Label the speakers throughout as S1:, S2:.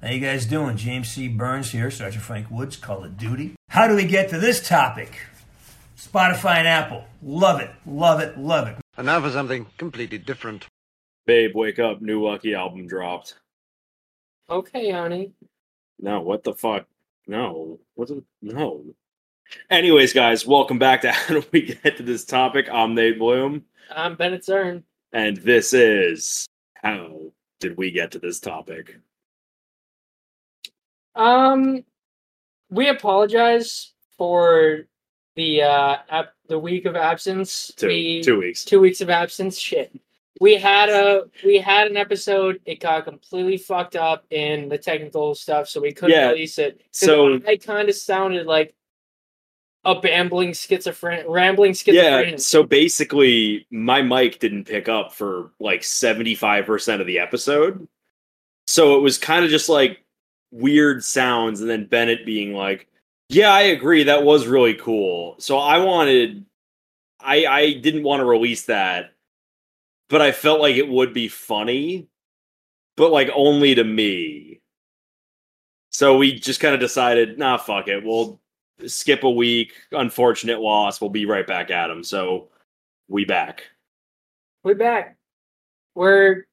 S1: How you guys doing? James C. Burns here, Sergeant Frank Woods, Call of Duty. How do we get to this topic? Spotify and Apple. Love it, love it, love it.
S2: And now for something completely different.
S3: Babe, wake up. New Lucky album dropped.
S4: Okay, honey.
S3: No, what the fuck? No. What the, no. Anyways, guys, welcome back to How Do We Get to This Topic. I'm Nate Bloom,
S4: I'm Bennett Zern.
S3: and this is How Did We Get to This Topic?
S4: Um, we apologize for the uh ab- the week of absence.
S3: Two,
S4: we,
S3: two weeks.
S4: two weeks of absence. Shit. We had a we had an episode. It got completely fucked up in the technical stuff, so we couldn't
S3: Yeah,
S4: release it. 'Cause
S3: so-
S4: I kind of sounded like a bambling schizophren, rambling
S3: Yeah,
S4: schizophrenic.
S3: so basically, my mic didn't pick up for like 75% of the episode. So it was kind of just like weird sounds, and then Bennett being like, Yeah, I agree. That was really cool. So I wanted, I, I didn't want to release that, but I felt like it would be funny, but like only to me. So we just kind of decided, nah, fuck it. We'll skip a week. Unfortunate loss. We'll be right back at him. So we back.
S4: We're back. We're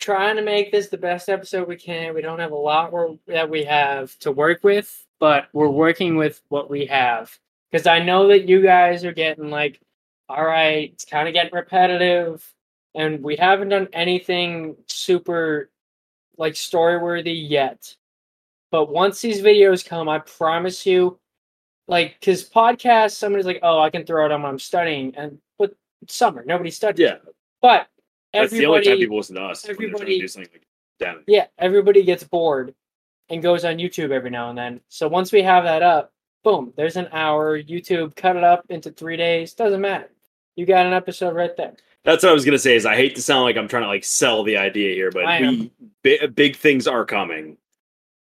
S4: trying to make this the best episode we can. We don't have a lot we that we have to work with, but we're working with what we have. Because I know that you guys are getting like, all right, it's kind of getting repetitive. And we haven't done anything super like story worthy yet. But once these videos come, I promise you, like, because podcasts, somebody's like, oh, I can throw it on when I'm studying. And but it's summer, nobody studies.
S3: Yeah,
S4: But
S3: that's the only time
S4: everybody,
S3: people listen to us. when they're trying to
S4: everybody-
S3: do something like that.
S4: yeah, everybody gets bored and goes on YouTube every now and then. So once we have that up, boom, there's an hour. YouTube cut it up into three days. Doesn't matter. You got an episode right there.
S3: That's what I was gonna say. Is I hate to sound like I'm trying to like sell the idea here, but
S4: I am.
S3: we bi- big things are coming.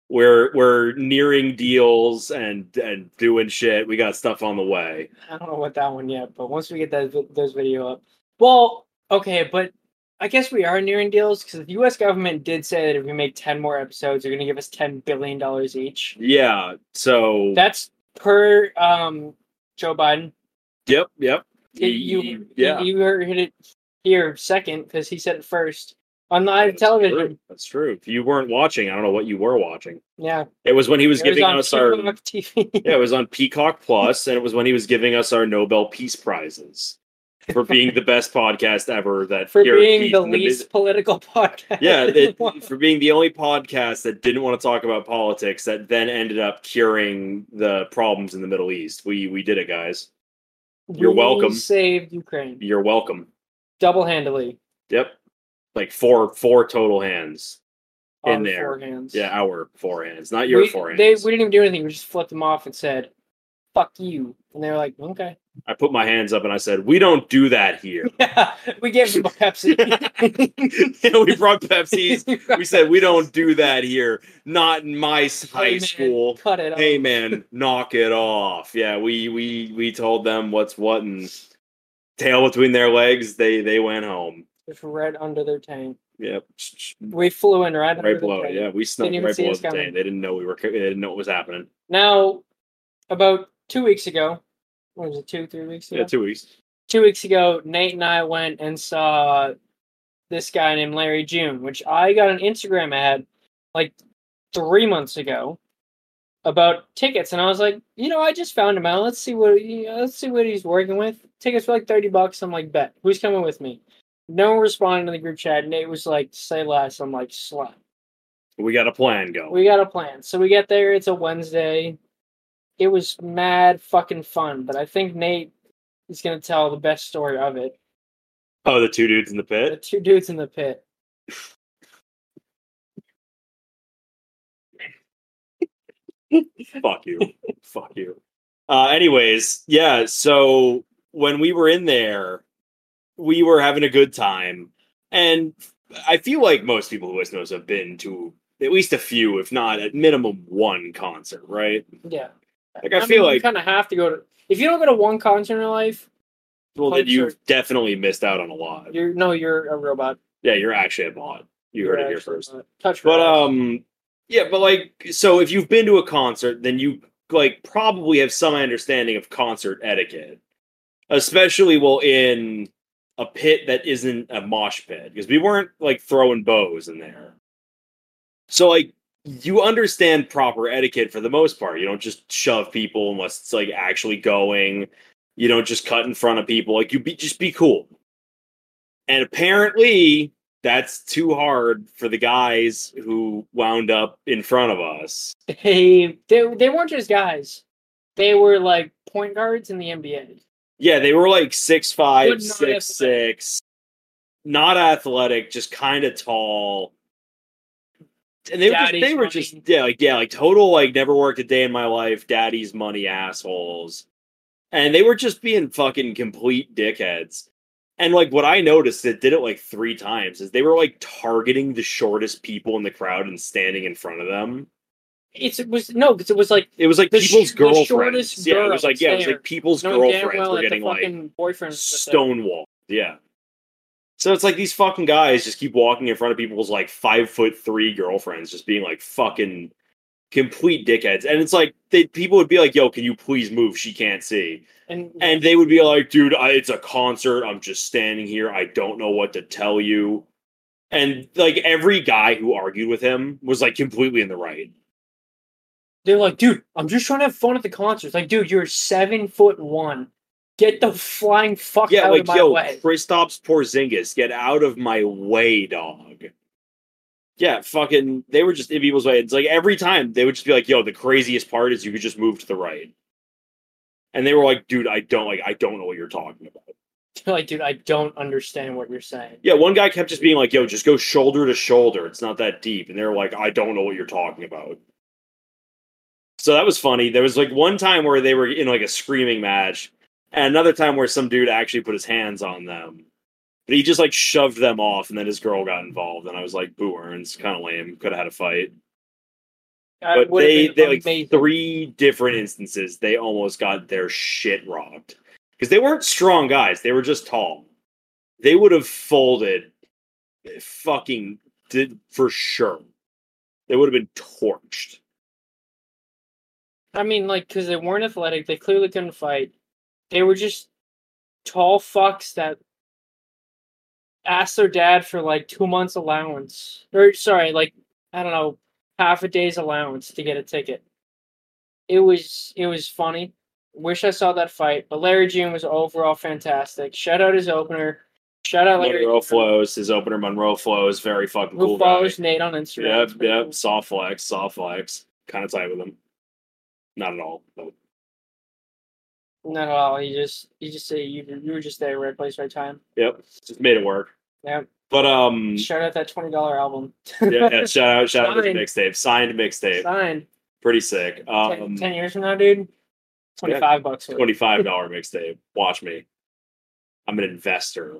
S3: We're we're nearing deals and and doing shit. We got stuff on the way.
S4: I don't know about that one yet, but once we get that vi- those video up, well, okay, but I guess we are nearing deals because the U.S. government did say that if we make ten more episodes, they're going to give us ten billion dollars each.
S3: Yeah. So
S4: That's per um, Joe Biden.
S3: yep, yep.
S4: Did you,
S3: yeah.
S4: you heard it here second because he said it first on live television.
S3: True. That's true. If you weren't watching, I don't know what you were watching.
S4: Yeah,
S3: It was when he was
S4: it
S3: giving
S4: on
S3: us our
S4: Peacock TV.
S3: Yeah, it was on Peacock Plus, and it was when he was giving us our Nobel Peace Prizes for being the best podcast ever. That
S4: for
S3: here at
S4: being
S3: Peace
S4: the
S3: in mid-
S4: least political podcast.
S3: yeah,
S4: in
S3: it-
S4: the world.
S3: for being the only podcast that didn't want to talk about politics that then ended up curing the problems in the Middle East. We we did it, guys. you're
S4: We
S3: welcome.
S4: Saved Ukraine
S3: You're welcome.
S4: double handedly
S3: Yep, like four four total hands. In
S4: on
S3: there.
S4: four hands.
S3: Yeah, our four hands, not your
S4: we,
S3: four hands.
S4: They, we didn't even do anything. We just flipped them off and said, "Fuck you," and they were like, "Okay."
S3: I put my hands up and I said, "We don't do that here."
S4: Yeah, we gave them Pepsi.
S3: And we brought Pepsi's we said we don't do that here. Not in my high
S4: man,
S3: school.
S4: Cut it.
S3: Hey
S4: off.
S3: man, knock it off. Yeah, we we we told them what's what and tail between their legs. They they went home.
S4: It's right under their tank.
S3: Yep,
S4: We flew in right under
S3: Mm. right
S4: their
S3: below. it.
S4: tank.
S3: Yeah, we snuck
S4: Didn't even
S3: right
S4: see
S3: below
S4: us
S3: the
S4: coming.
S3: tank. They didn't know we were. co- They didn't know what was happening.
S4: Now, about two weeks ago, what was it, two, three weeks ago?
S3: Yeah, two weeks.
S4: two weeks ago, Nate and I went and saw this guy named Larry June, which I got an Instagram ad like three months ago about tickets, and I was like, you know, I just found him out. Let's see what you know, let's see what he's working with. Tickets for like thirty bucks. I'm like, bet. Who's coming with me? No one responded in the group chat. Nate was like, say less. I'm like, slap.
S3: We got a plan going.
S4: We got a plan. So we get there. It's a Wednesday. It was mad fucking fun, but I think Nate is gonna tell the best story of it.
S3: oh, the two dudes in the
S4: The
S3: pit.
S4: two dudes in the pit.
S3: Fuck you. Fuck you. Uh, anyways, yeah. So when we were in there, we were having a good time, and I feel like most people who listen to us have been to at least a few, if not at minimum one concert, right?
S4: Yeah.
S3: Like I, feel
S4: you
S3: like
S4: kind of have to go to. If you don't go to one concert in your life,
S3: well, then you've
S4: concert-
S3: definitely missed out on a lot.
S4: you're no, you're a robot.
S3: Yeah, you're actually a bot. You
S4: You're
S3: heard it here
S4: actually
S3: first.
S4: not. Touch.
S3: But
S4: grass.
S3: um, Yeah, but like, so if you've been to a concert, then you like probably have some understanding of concert etiquette, especially well in a pit that isn't a mosh pit because we weren't like throwing bows in there. So like, you understand proper etiquette for the most part. You don't just shove people unless it's like actually going. You don't just cut in front of people. Like you be just be cool. And apparently, that's too hard for the guys who wound up in front of us.
S4: They they, they weren't just guys. They were like point guards in the NBA.
S3: Yeah, they were like six five,
S4: But not athletic.
S3: six six, not athletic, just kind of tall. And they
S4: Daddy's
S3: were just, they were
S4: money.
S3: just yeah, like yeah, like total like never worked a day in my life, daddy's money assholes. And they were just being fucking complete dickheads. And like what I noticed that did it like three times is they were like targeting the shortest people in the crowd and standing in front of them.
S4: It's, it was no, because it was like
S3: It was like
S4: The sh-
S3: people's
S4: the
S3: girlfriends.
S4: shortest
S3: yeah, it was like
S4: girls
S3: yeah, it was
S4: there,
S3: like people's
S4: no damn
S3: girlfriends
S4: well
S3: were
S4: that the
S3: getting like
S4: fucking boyfriend was with them.
S3: stonewalled. Yeah. So it's like these fucking guys just keep walking in front of people's like five foot three girlfriends, just being like fucking complete dickheads. And it's like they people would be like, "Yo, can you please move? She can't see."
S4: and,
S3: And they would be like, "Dude, I, it's a concert. I'm just standing here. I don't know what to tell you." And like every guy who argued with him was like completely in the right.
S4: they're like, dude, I'm just trying to have fun at the concert. It's Like, dude, you're seven foot one. Get the flying fuck
S3: Yeah,
S4: out
S3: like
S4: of my
S3: yo,
S4: way.
S3: Kristaps Porzingis, get out of my way, dog. Yeah, fucking, they were just in people's way. It's like every time they would just be like, "Yo, the craziest part is you could just move to the right," and they were like, "Dude, I don't like, I don't know what you're talking about."
S4: like, dude, I don't understand what you're saying.
S3: Yeah, one guy kept just being like, "Yo, just go shoulder to shoulder. It's not that deep," and they were like, "I don't know what you're talking about." So that was funny. There was like one time where they were in like a screaming match, and another time where some dude actually put his hands on them. But he just like shoved them off, and then his girl got involved, and I was like, "Boo Earns, kind of lame. Could have had a fight."
S4: I
S3: But
S4: would've
S3: they
S4: been
S3: they like
S4: amazed.
S3: three different instances they almost got their shit robbed because they weren't strong guys; they were just tall. They would have folded, eh, fucking did for sure. They would have been torched.
S4: I mean, like, because they weren't athletic, they clearly couldn't fight. They were just tall fucks that asked their dad for like two months allowance, or sorry, like I don't know, half a day's allowance to get a ticket. It was it was funny. Wish I saw that fight, but Larry June was overall fantastic. Shout out his opener. Shout out Larry
S3: Monroe
S4: June,
S3: flows his opener. Monroe flows very fucking
S4: who
S3: cool guy.
S4: follows Nate on Instagram.
S3: Yep,
S4: It's pretty
S3: yep.
S4: cool.
S3: Soft flex, soft flex. Kind of tight with him. Not at all. but-
S4: Not at all. You just you just say you you were just there, right place, right time.
S3: Yep, just made it work.
S4: Yep.
S3: But um,
S4: Shout out that twenty dollar album.
S3: yeah, yeah, shout out, shout out to
S4: Signed.
S3: this mixtape, signed mixtape,
S4: Sign.
S3: pretty sick.
S4: Ten
S3: Um,
S4: 10 years from now, dude. Twenty five bucks. for it.
S3: twenty-five dollar mixtape. Watch me. I'm an investor.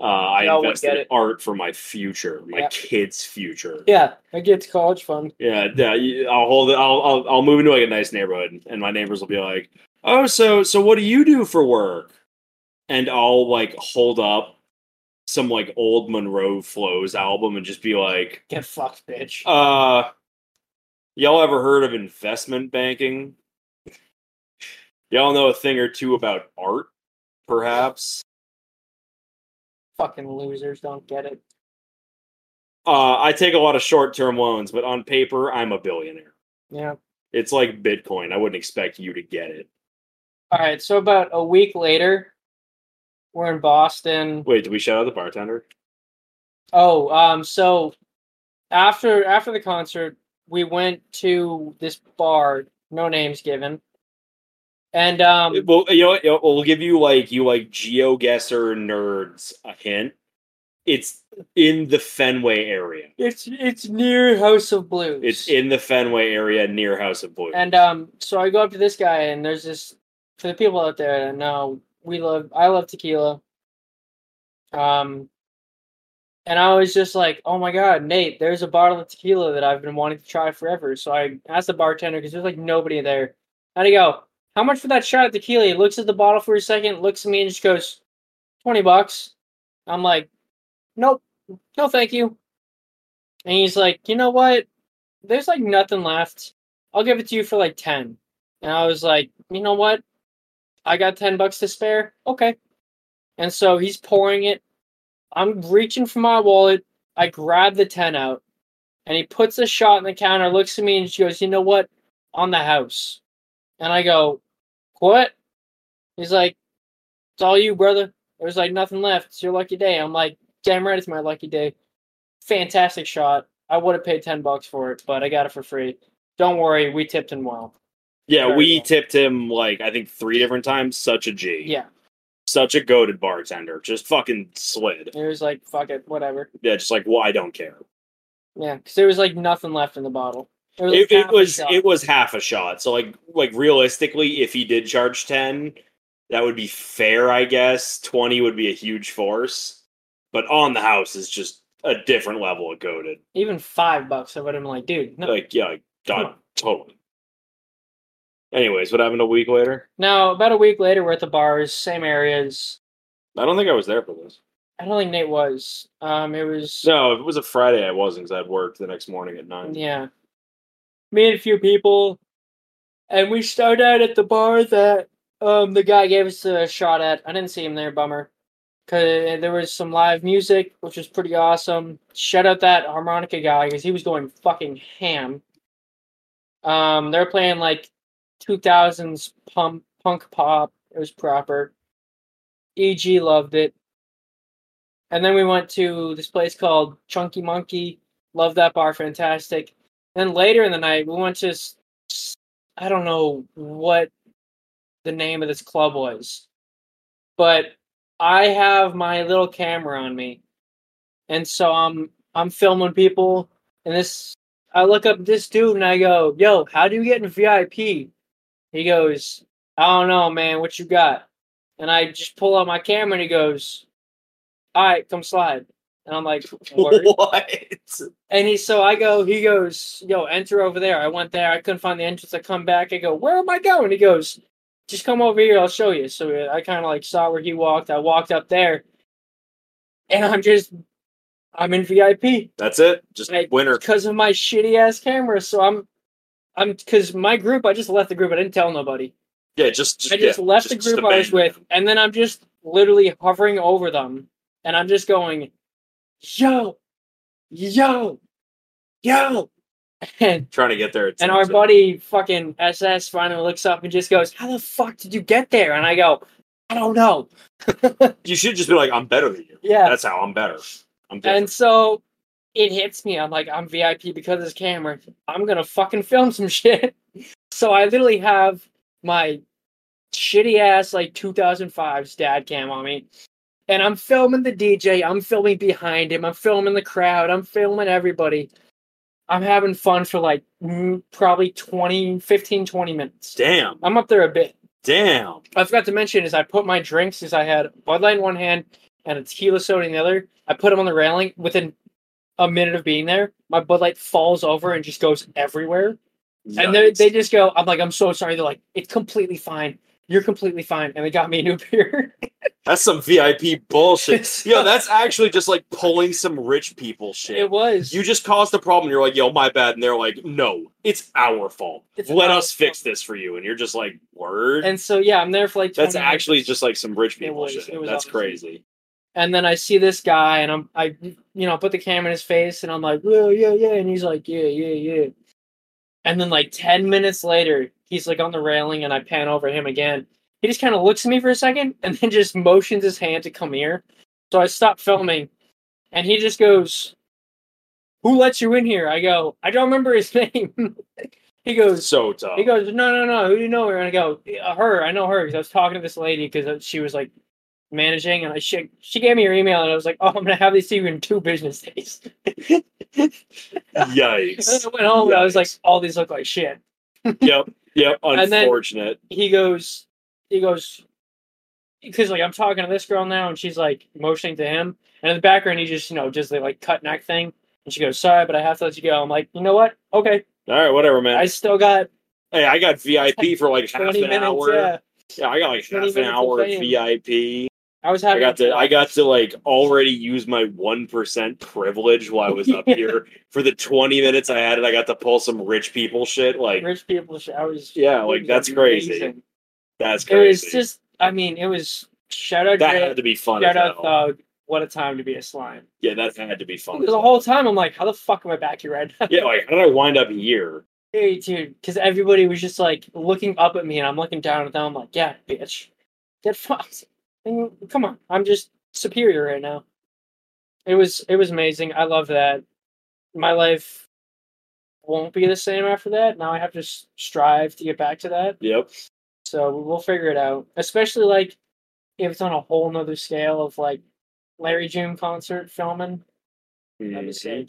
S3: Uh, I
S4: Y'all would
S3: invest
S4: get
S3: in
S4: it.
S3: art for my future, my
S4: Yeah.
S3: kids' future.
S4: Yeah, I get to college fund.
S3: Yeah, yeah. you- I'll hold it. I'll, I'll I'll move into like a nice neighborhood, and my neighbors will be like, "Oh, so so what do you do for work?" And I'll like hold up some like old Monroe Flows album and just be like,
S4: Get fucked, bitch.
S3: "Uh, y'all ever heard of investment banking? Y'all know a thing or two about art, perhaps."
S4: Fucking losers don't get it.
S3: Uh, I take a lot of short-term loans, but on paper, I'm a billionaire.
S4: Yeah.
S3: It's like Bitcoin. I wouldn't expect you to get it.
S4: All right. So about a week later, we're in Boston.
S3: Wait, did we shout out the bartender?
S4: Oh, um. So after after the concert, we went to this bar. No names given. And um,
S3: well, you know, what, you know, we'll give you like you like geoguesser nerds a hint. It's in the Fenway area.
S4: it's it's near House of Blues.
S3: It's in the Fenway area near House of Blues.
S4: And um, so I go up to this guy, and there's this for the people out there that know we love. I love tequila. Um, and I was just like, "Oh my god, Nate! There's a bottle of tequila that I've been wanting to try forever." So I asked the bartender because there's like nobody there, and I go, "How much for that shot of tequila?" He looks at the bottle for a second, looks at me, and just goes, 20 bucks." I'm like, "Nope, no, thank you." And he's like, "You know what? there's like nothing left. I'll give it to you for like 10. And I was like, you know what? I got 10 bucks to spare. Okay. And so he's pouring it. I'm reaching for my wallet. I grab the 10 out and he puts a shot in the counter, looks at me and she goes, you know what? On the house. And I go, what? He's like, it's all you, brother. There's like nothing left. It's your lucky day. I'm like, damn right, it's my lucky day. Fantastic shot. I would have paid 10 bucks for it, but I got it for free. Don't worry, we tipped him well.
S3: Yeah,
S4: Very
S3: we
S4: well.
S3: tipped him like I think three different times. Such a G.
S4: Yeah.
S3: Such a goaded bartender. Just fucking slid.
S4: It was like, fuck it, whatever.
S3: Yeah, just like, well, I don't care.
S4: Yeah, because there was like nothing left in the bottle. was,
S3: It,
S4: half
S3: it
S4: a
S3: was
S4: shot.
S3: it was half a shot. So like like realistically, if he did charge ten, that would be fair, I guess. Twenty would be a huge force. But on the house is just a different level of goaded.
S4: even five bucks. I would have been like, dude, no.
S3: Like, yeah, like, done. Totally. Anyways, what happened a week later?
S4: Now, about a week later, we're at the bars, same areas.
S3: I don't think I was there for this.
S4: I don't think Nate was. Um, it was
S3: No, if it was a Friday, I wasn't because I'd worked the next morning at nine.
S4: Yeah. Me and a few people. And we started out at the bar that um, the guy gave us a shot at. I didn't see him there, bummer. Cause uh, there was some live music, which was pretty awesome. Shout out that harmonica guy because he was going fucking ham. Um, they're playing like 2000s punk punk pop. It was proper. EG loved it. And then we went to this place called Chunky Monkey. Love that bar, fantastic. Then later in the night, we went to s- s- I don't know what the name of this club was, but I have my little camera on me, and so I'm I'm filming people, and this I look up this dude and I go, "Yo, how do you get in VIP?" He goes, "I don't know, man. What you got?" And I just pull out my camera and he goes, "All right, come slide." And I'm like, "Word."
S3: What?
S4: And he, so I go, he goes, yo, enter over there. I went there. I couldn't find the entrance. I come back. I go, where am I going? He goes, just come over here. I'll show you. So I kind of like saw where he walked. I walked up there and I'm just, I'm in VIP
S3: That's it. Just
S4: Right.
S3: winner.
S4: because of my shitty ass camera. So I'm, I'm, because my group, I just left the group. I didn't tell nobody.
S3: Yeah, just, just
S4: I just
S3: yeah,
S4: left the group I was
S3: abandon
S4: with,
S3: them.
S4: and then I'm just literally hovering over them, and I'm just going, "Yo, yo, yo," and
S3: trying to get there.
S4: and our buddy fucking SS finally looks up and just goes, "How the fuck did you get there?" And I go, "I don't know."
S3: You should just be like, I'm better than you.
S4: Yeah,
S3: That's how I'm better. I'm better.
S4: and so it hits me. I'm like, I'm VIP because of this camera. I'm gonna fucking film some shit. So I literally have my shitty ass like 2005's dad cam on me, and I'm filming the DJ. I'm filming behind him. I'm filming the crowd. I'm filming everybody. I'm having fun for like mm, probably 20, 15, 20 minutes.
S3: damn,
S4: I'm up there a bit.
S3: damn.
S4: I forgot to mention is I put my drinks as I had Bud Light in one hand and a tequila soda in the other. I put them on the railing within a minute of being there. My Bud Light falls over and just goes everywhere. And they
S3: Yikes.
S4: they just go, I'm like, I'm so sorry. They're like, it's completely fine. You're completely fine. And they got me a new beer.
S3: that's some VIP bullshit.
S4: It's-
S3: Yo, that's actually just like pulling some rich people shit.
S4: it was.
S3: you just caused a problem. You're like, yo, my bad. And they're like, no, it's our fault.
S4: It's
S3: Let
S4: our
S3: us fix
S4: fault.
S3: this for you. And you're just like, word.
S4: and so yeah, I'm there for like 20
S3: that's actually just like some rich people
S4: was-
S3: shit.
S4: it was
S3: That's
S4: awesome.
S3: crazy.
S4: and then I see this guy, and I'm I you know put the camera in his face, and I'm like yeah yeah yeah, and he's like yeah yeah yeah, and then like ten minutes later, he's like on the railing, and I pan over him again. He just kind of looks at me for a second, and then just motions his hand to come here. So I stop filming, and he just goes, "Who lets you in here?" I go, "I don't remember his name." he goes,
S3: So tough.
S4: he goes, no, no, no. Who do you know? her?" And I go, "Uh, her. I know her because I was talking to this lady because she was like managing, and I she she gave me her email, and I was like, oh, I'm gonna have these to you in two business days. and then
S3: Yikes.
S4: I went home, and I was like,
S3: Yikes.
S4: all these look like shit.
S3: yep. Yep.
S4: And then-
S3: Unfortunate.
S4: He goes, he goes, because like I'm talking to this girl now, and she's like motioning to him, and in the background he just you know just the like cut neck thing, and she goes, sorry, but I have to let you go. I'm like, you know what? Okay,
S3: All right, whatever, man.
S4: I still got
S3: hey, I got VIP for like half
S4: 20
S3: an
S4: minutes.
S3: hour.
S4: Yeah.
S3: Yeah, I got like
S4: 20
S3: half an
S4: minutes of
S3: hour of
S4: fame.
S3: VIP.
S4: I was
S3: I
S4: having.
S3: got to I
S4: blast.
S3: got to like already use my one percent privilege while I was up here for the twenty minutes I had it. I got to pull some rich people shit. Like
S4: rich people. sh- I was.
S3: yeah,
S4: it
S3: like
S4: was
S3: that's crazy.
S4: amazing.
S3: That's
S4: It was
S3: crazy.
S4: just. I mean, it was shout out.
S3: That
S4: Drake,
S3: had to be fun. as
S4: shout out uh,
S3: hell.
S4: Thug. What a time to be a slime.
S3: Yeah, that had to be fun. as
S4: The
S3: hell.
S4: whole time I'm like, how the fuck am I back here right now?
S3: Oh, Yeah, like how did I wind up here?
S4: Hey, dude, because everybody was just like looking up at me, and I'm looking down at them. I'm like, yeah, bitch, get fucked. And come on, I'm just superior right now. It was it was amazing. I love that. My life won't be the same after that. Now I have to s- strive to get back to that.
S3: Yep.
S4: So we'll figure it out. Especially like if it's on a whole nother scale of like Larry June concert filming. That'd
S3: Mm-hmm.
S4: be sick.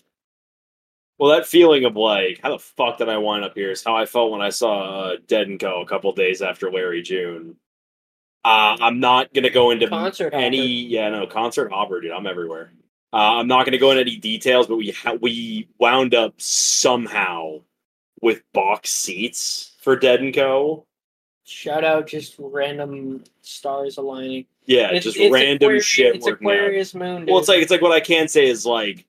S3: Well, that feeling of like, how the fuck did I wind up here is how I felt when I saw uh, Dead and Co. a couple days after Larry June. Uh, I'm not gonna go into
S4: Concert
S3: any,
S4: hopper.
S3: yeah, no concert hopper, dude. I'm everywhere. Uh, I'm not gonna go into any details, but we ha- we wound up somehow with box seats for Dead and Co.
S4: Shout out just random stars aligning.
S3: Yeah,
S4: It's-
S3: just
S4: it's
S3: random
S4: Aquarius-
S3: shit
S4: It's
S3: working out.
S4: Aquarius moon.
S3: Well, it's
S4: dude.
S3: like it's like what I can say is like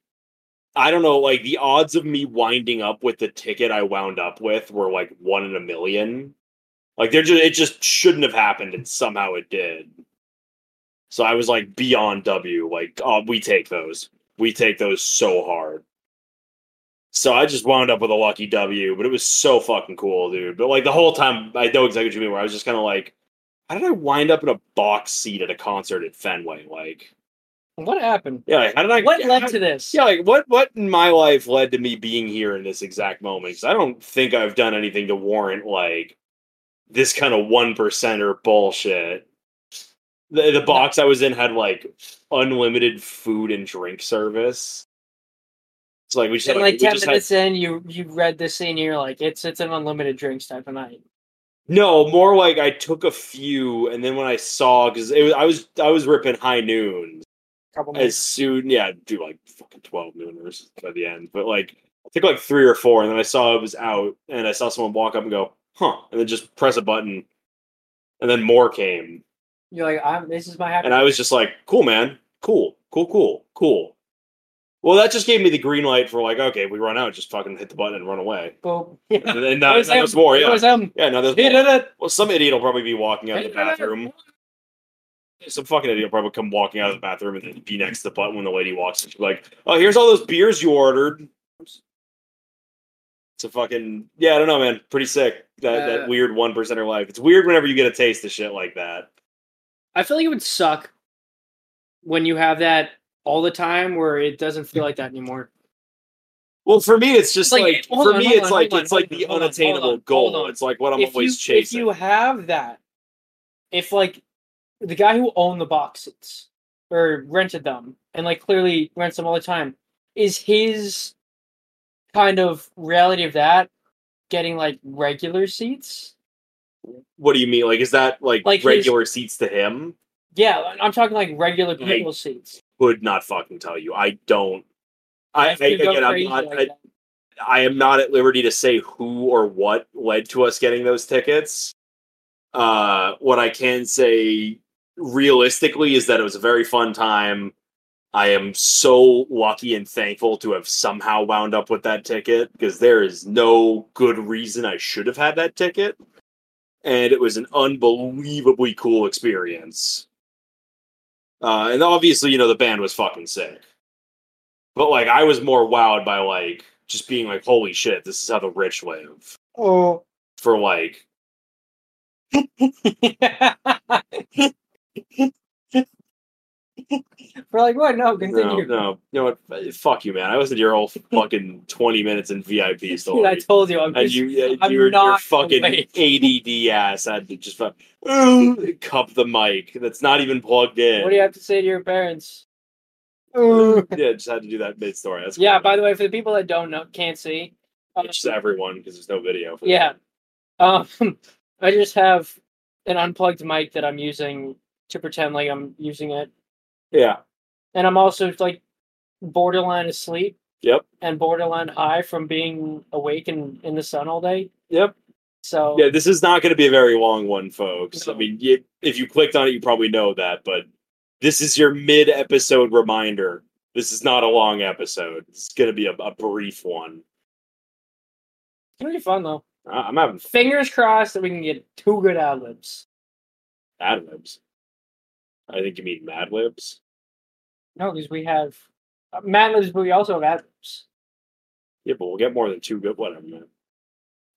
S3: I don't know, like the odds of me winding up with the ticket I wound up with were like one in a million. Like they're just it just shouldn't have happened, and somehow it did. So I was like beyond W. Like oh, we take those, we take those so hard. So I just wound up with a lucky W, but it was so fucking cool, dude. But like the whole time, I know exactly what you mean. Where I was just kind of like, how did I wind up in a box seat at a concert at Fenway? Like.
S4: what happened?
S3: Yeah, like, how did I?
S4: What led
S3: how-
S4: to this?
S3: Yeah, like what? What in my life led to me being here in this exact moment? 'Cause I don't think I've done anything to warrant like this kind of one percenter bullshit. The, the box I was in had like unlimited food and drink service. It's like we just had,
S4: and
S3: like,
S4: like
S3: we
S4: ten
S3: just had-
S4: minutes in, you you read this scene, and you're like, it's it's an unlimited drinks type of night.
S3: No, more like I took a few, and then when I saw, because it was I was I was ripping high noons,
S4: Couple
S3: as
S4: minutes.
S3: soon yeah do like fucking 12 nooners by the end but like i took like three or four and then i saw it was out and i saw someone walk up and go huh and then just press a button and then more came
S4: You're like, I'm. This is my happy.
S3: and i was just like cool man cool cool cool cool well that just gave me the green light for like okay we run out just fucking hit the button and run away
S4: Boom. Yeah.
S3: and then
S4: That
S3: now
S4: was
S3: that
S4: him.
S3: was more
S4: That
S3: yeah
S4: was him.
S3: yeah now there's
S4: He
S3: more.
S4: did it.
S3: well some idiot will probably be walking out of
S4: He
S3: the
S4: did it.
S3: bathroom some fucking idiot will probably come walking out of the bathroom and then be next to the button when the lady walks in. She's like, "Oh, here's all those beers you ordered." It's a fucking yeah. I don't know, man. Pretty sick. That
S4: Uh,
S3: that weird one percenter life. It's weird whenever you get a taste of shit like that.
S4: I feel like it would suck when you have that all the time, where it doesn't feel like that anymore.
S3: Well, for me, it's just
S4: Like,
S3: like,
S4: hold
S3: for
S4: on,
S3: me,
S4: hold
S3: it's
S4: on,
S3: like
S4: hold on,
S3: it's like
S4: hold
S3: the
S4: on, hold on,
S3: unattainable
S4: hold on,
S3: goal.
S4: hold on.
S3: It's like what I'm
S4: if
S3: always
S4: you,
S3: chasing.
S4: If you have that, if like the guy who owned the boxes or rented them and like clearly rents them all the time, is his kind of reality of that getting like regular seats?
S3: what do you mean? Like, is that like,
S4: Like his-
S3: regular seats to him?
S4: Yeah, I'm talking like regular
S3: Like,
S4: people seats.
S3: Could not fucking tell you. I don't. I, I
S4: If you go
S3: again, I'm
S4: crazy
S3: not.
S4: like
S3: I,
S4: that.
S3: I am not at liberty to say who or what led to us getting those tickets. Uh, what I can say realistically is that it was a very fun time. I am so lucky and thankful to have somehow wound up with that ticket because there is no good reason I should have had that ticket. And it was an unbelievably cool experience. Uh, and obviously, you know, the band was fucking sick but like I was more wowed by like just being like, holy shit, this is how the rich live.
S4: oh.
S3: For like,
S4: We're like, what? No,
S3: no,
S4: continue.
S3: no, you know what? Fuck you, man. I was in your whole fucking twenty minutes in VIP
S4: Dude, I
S3: story,
S4: told you. I'm
S3: and
S4: just,
S3: you, you
S4: I'm
S3: your, your
S4: not
S3: fucking
S4: awake.
S3: ADD ass had to just fuck, cup the mic that's not even plugged in.
S4: What do you have to say to your parents?
S3: yeah, just had to do that mid story. That's
S4: Yeah,
S3: cool.
S4: by the way, for the people that don't know, can't see. uh,
S3: It's just everyone because there's no video. For
S4: yeah. Um, I just have an unplugged mic that I'm using to pretend like I'm using it.
S3: that. yeah,
S4: And I'm also like borderline asleep
S3: yep,
S4: and borderline high from being awake and in the sun all day.
S3: yep.
S4: So
S3: Yeah, this is not going to be a very long one, folks. I
S4: No.
S3: mean, you, if you clicked on it, you probably know that, but this is your mid episode reminder. This is not a long episode. It's going to be a, a brief one.
S4: It's gonna be fun though.
S3: I- I'm having f-
S4: Fingers crossed that we can get two good ad libs.
S3: ad libs. I think you mean Mad Libs.
S4: No, because we have uh, Mad Libs, but we also have ad libs.
S3: Yeah, but we'll get more than two good. Whatever, man.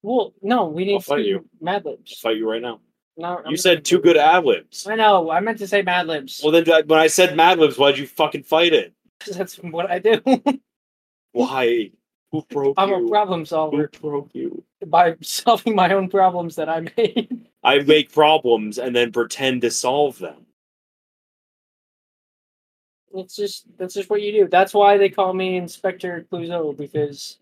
S4: Well, no, we need
S3: I'll fight
S4: two
S3: Oh, you.
S4: Mad
S3: I'll
S4: Libs.
S3: fight you right now.
S4: No, I'm
S3: You
S4: just gonna
S3: said two
S4: do it.
S3: good ad libs.
S4: I know. I meant to say Mad Libs.
S3: Well, then when I said Mad Libs, why'd you fucking fight it?
S4: that's what I do.
S3: Why? Who broke
S4: I'm
S3: you?
S4: a problem
S3: Who
S4: solver
S3: broke you?
S4: by solving my own problems that I made.
S3: I make problems and then pretend to solve them.
S4: It's just that's just what you do. That's why they call me Inspector Clouseau because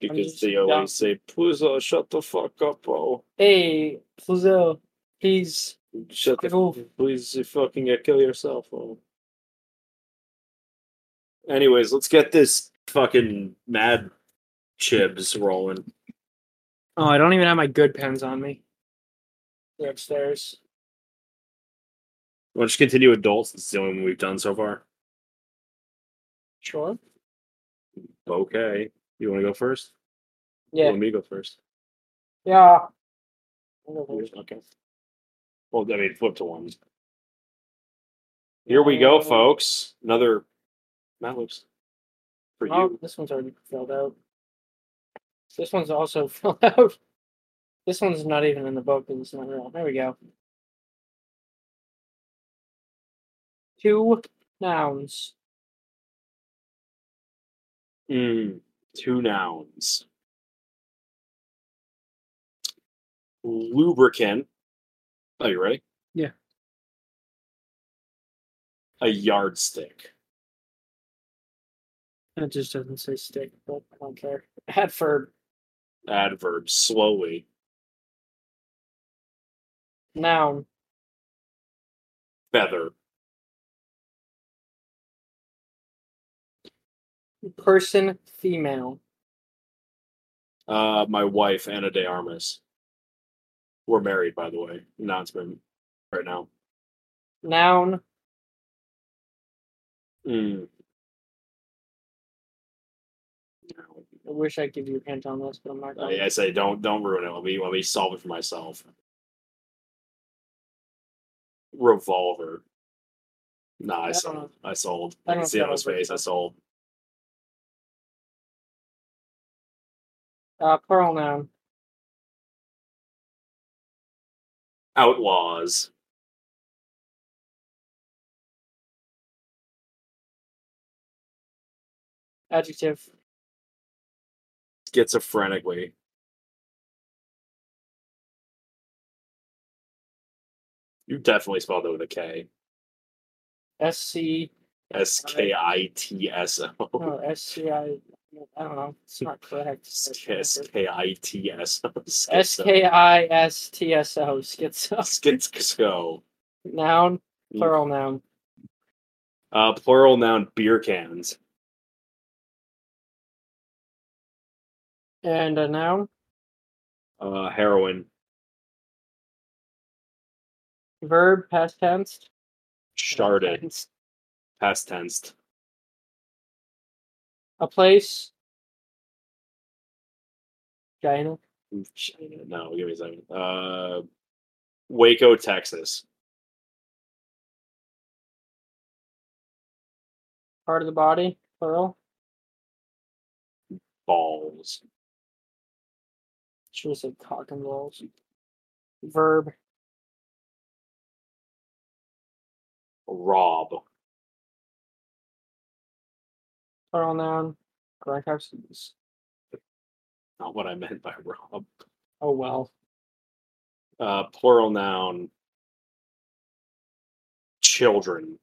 S3: Because
S4: just
S3: they always
S4: dumb.
S3: say, Puzo, shut the fuck up, oh.
S4: hey, Clouseau, he's
S3: Shut the
S4: cool.
S3: Please you fucking uh, kill yourself. Oh. Anyways, let's get this fucking mad chibs rolling.
S4: Oh, I don't even have my good pens on me. They're upstairs.
S3: We'll just continue adults. It's the only one we've done so far.
S4: Sure.
S3: Okay. You want to go first? You
S4: Yeah.
S3: want me to go first?
S4: Yeah.
S3: Okay. Well, I mean, flip to one. Here we
S4: Oh.
S3: go, folks. Another Mad Libs for you.
S4: Oh, this one's already filled out. This one's also filled out. This one's not even in the book because it's not real. There we go. Two nouns.
S3: Mm, two nouns. Lubricant. Are you ready?
S4: Yeah.
S3: A yardstick.
S4: It just doesn't say stick, but I don't care. Adverb.
S3: Adverb. Slowly.
S4: Noun.
S3: Feather.
S4: Person. Female.
S3: Uh, my wife, Anna De Armas. We're married, by the way. Announcement right now.
S4: Noun.
S3: Mm.
S4: I wish I could give you a hint on this, but I'm not
S3: I,
S4: going
S3: I say don't don't ruin it. Let me let me solve it for myself. Revolver. Nah, I
S4: I don't
S3: sold. I sold.
S4: I
S3: I
S4: don't
S3: can
S4: know
S3: see
S4: if
S3: it on his
S4: that was
S3: face. I sold.
S4: Uh, plural noun.
S3: Outlaws.
S4: Adjective.
S3: Schizophrenically. You definitely spelled it with a K.
S4: SC.
S3: S K I T S O.
S4: No, SCI. Oh, I don't know. It's not correct.
S3: S K I T S O.
S4: S K I S T S O. Schizo.
S3: Schizo.
S4: Noun.
S3: Mm.
S4: Plural noun.
S3: Uh, plural noun beer cans.
S4: And a noun.
S3: Uh, heroin.
S4: Verb. Past tense.
S3: Sharded.
S4: Tense.
S3: Past tense.
S4: A place. China.
S3: No, give me a second. Uh, Waco, Texas.
S4: Part of the body. Plural.
S3: Balls.
S4: Should have said cock and balls. Verb.
S3: Rob.
S4: Plural noun. Correct absence.
S3: Not what I meant by Rob.
S4: Oh well.
S3: Uh, plural noun. Children.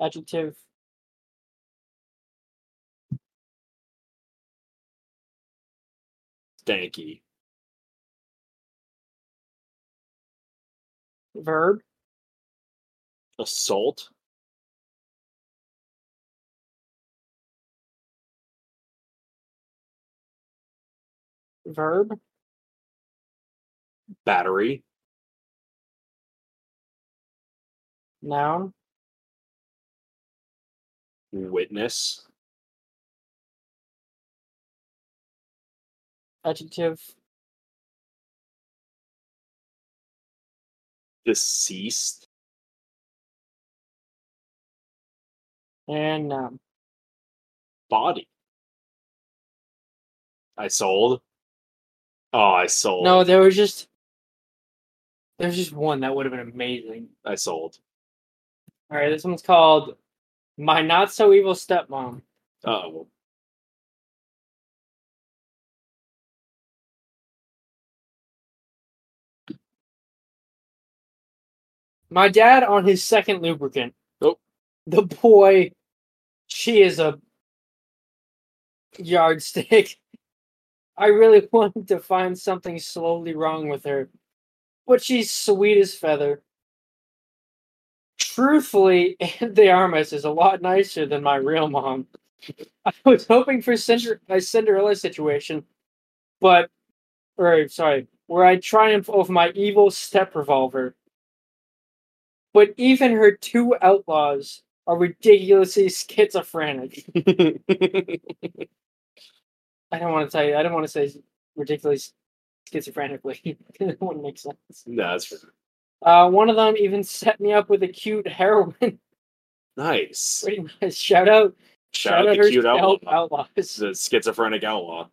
S4: Adjective.
S3: Stanky.
S4: Verb.
S3: Assault.
S4: Verb.
S3: Battery.
S4: Noun.
S3: Witness.
S4: Adjective.
S3: Deceased.
S4: And noun.
S3: Body. I sold. Oh, I sold.
S4: No, there was just there's just one that would have been amazing.
S3: I sold.
S4: All right, this one's called "My Not So Evil Stepmom."
S3: Oh, well,
S4: My dad on his second lubricant.
S3: Oh.
S4: The boy, she is a yardstick. I really wanted to find something slowly wrong with her, but she's sweet as feather. Truthfully, Aunt De Armas is a lot nicer than my real mom. I was hoping for Cinder- a Cinderella situation, but, or sorry, where I triumph over my evil step revolver but even her two outlaws are ridiculously schizophrenic. I don't want to tell you. I don't want to say ridiculously schizophrenically. that wouldn't make sense.
S3: no, that's fair.
S4: Uh, one of them even set me up with a cute heroin.
S3: nice.
S4: Pretty much. Shout out,
S3: Shout, out
S4: her
S3: the cute
S4: two
S3: outlaw.
S4: outlaws.
S3: The schizophrenic outlaw.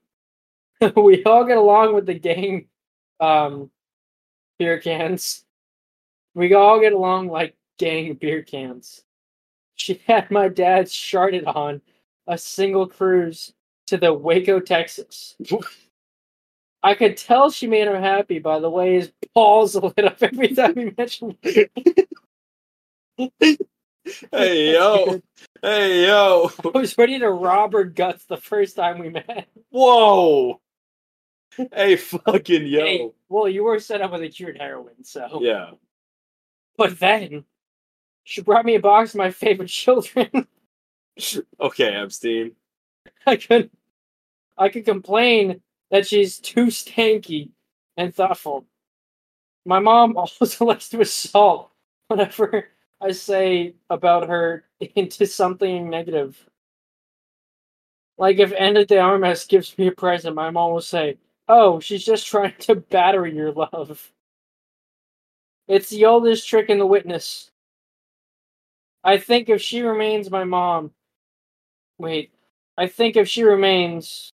S4: we all get along with the gang. Um, beer cans. We all get along like gang beer cans. She had my dad sharded on a single cruise to the Waco, Texas. I could tell she made him happy by the way his balls lit up every time he mentioned.
S3: Hey, yo. hey, yo.
S4: I was ready to rob her guts the first time we met.
S3: Whoa. Hey, fucking yo.
S4: Hey, well, you were set up with a cured heroin, so.
S3: Yeah.
S4: But then she brought me a box of my favorite children.
S3: Okay, Epstein.
S4: I could I could complain that she's too stanky and thoughtful. My mom also likes to assault whenever I say about her into something negative. Like if Anna de Armas gives me a present, my mom will say, Oh, she's just trying to batter your love. It's the oldest trick in the witness. I think if she remains my mom. Wait, I think if she remains,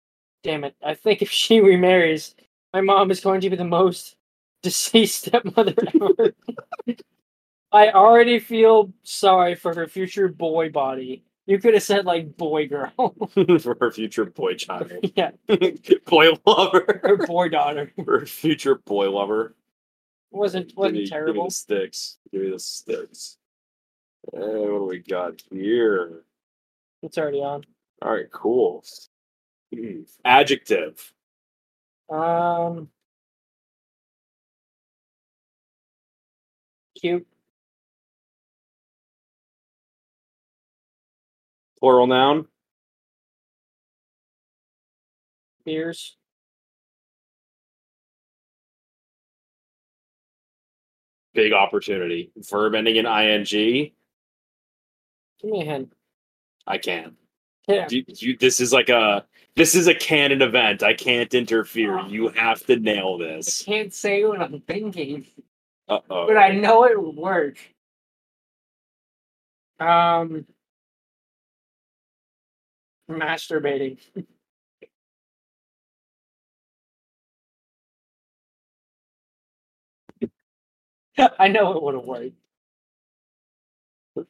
S4: damn it, I think if she remarries, my mom is going to be the most deceased stepmother ever. I already feel sorry for her future boy body. You could have said like boy girl,
S3: For her future boy child.
S4: yeah,
S3: boy lover.
S4: or boy daughter. It
S3: Her future boy lover.
S4: wasn't
S3: Give me-
S4: wasn't
S3: Give me
S4: terrible.
S3: the sticks. Give me the sticks. Uh, what do we got here?
S4: It's already on.
S3: All right, cool. Hmm, Adjective.
S4: Um, cute.
S3: Plural noun.
S4: beers.
S3: Big opportunity. Verb ending in ing.
S4: Give me a hand.
S3: I can.
S4: Yeah.
S3: You, you, this is like a this is a canon event. I can't interfere. You have to nail this.
S4: can't say what I'm thinking.
S3: Uh oh.
S4: but I know it would work. Um, masturbating. I know it would have worked.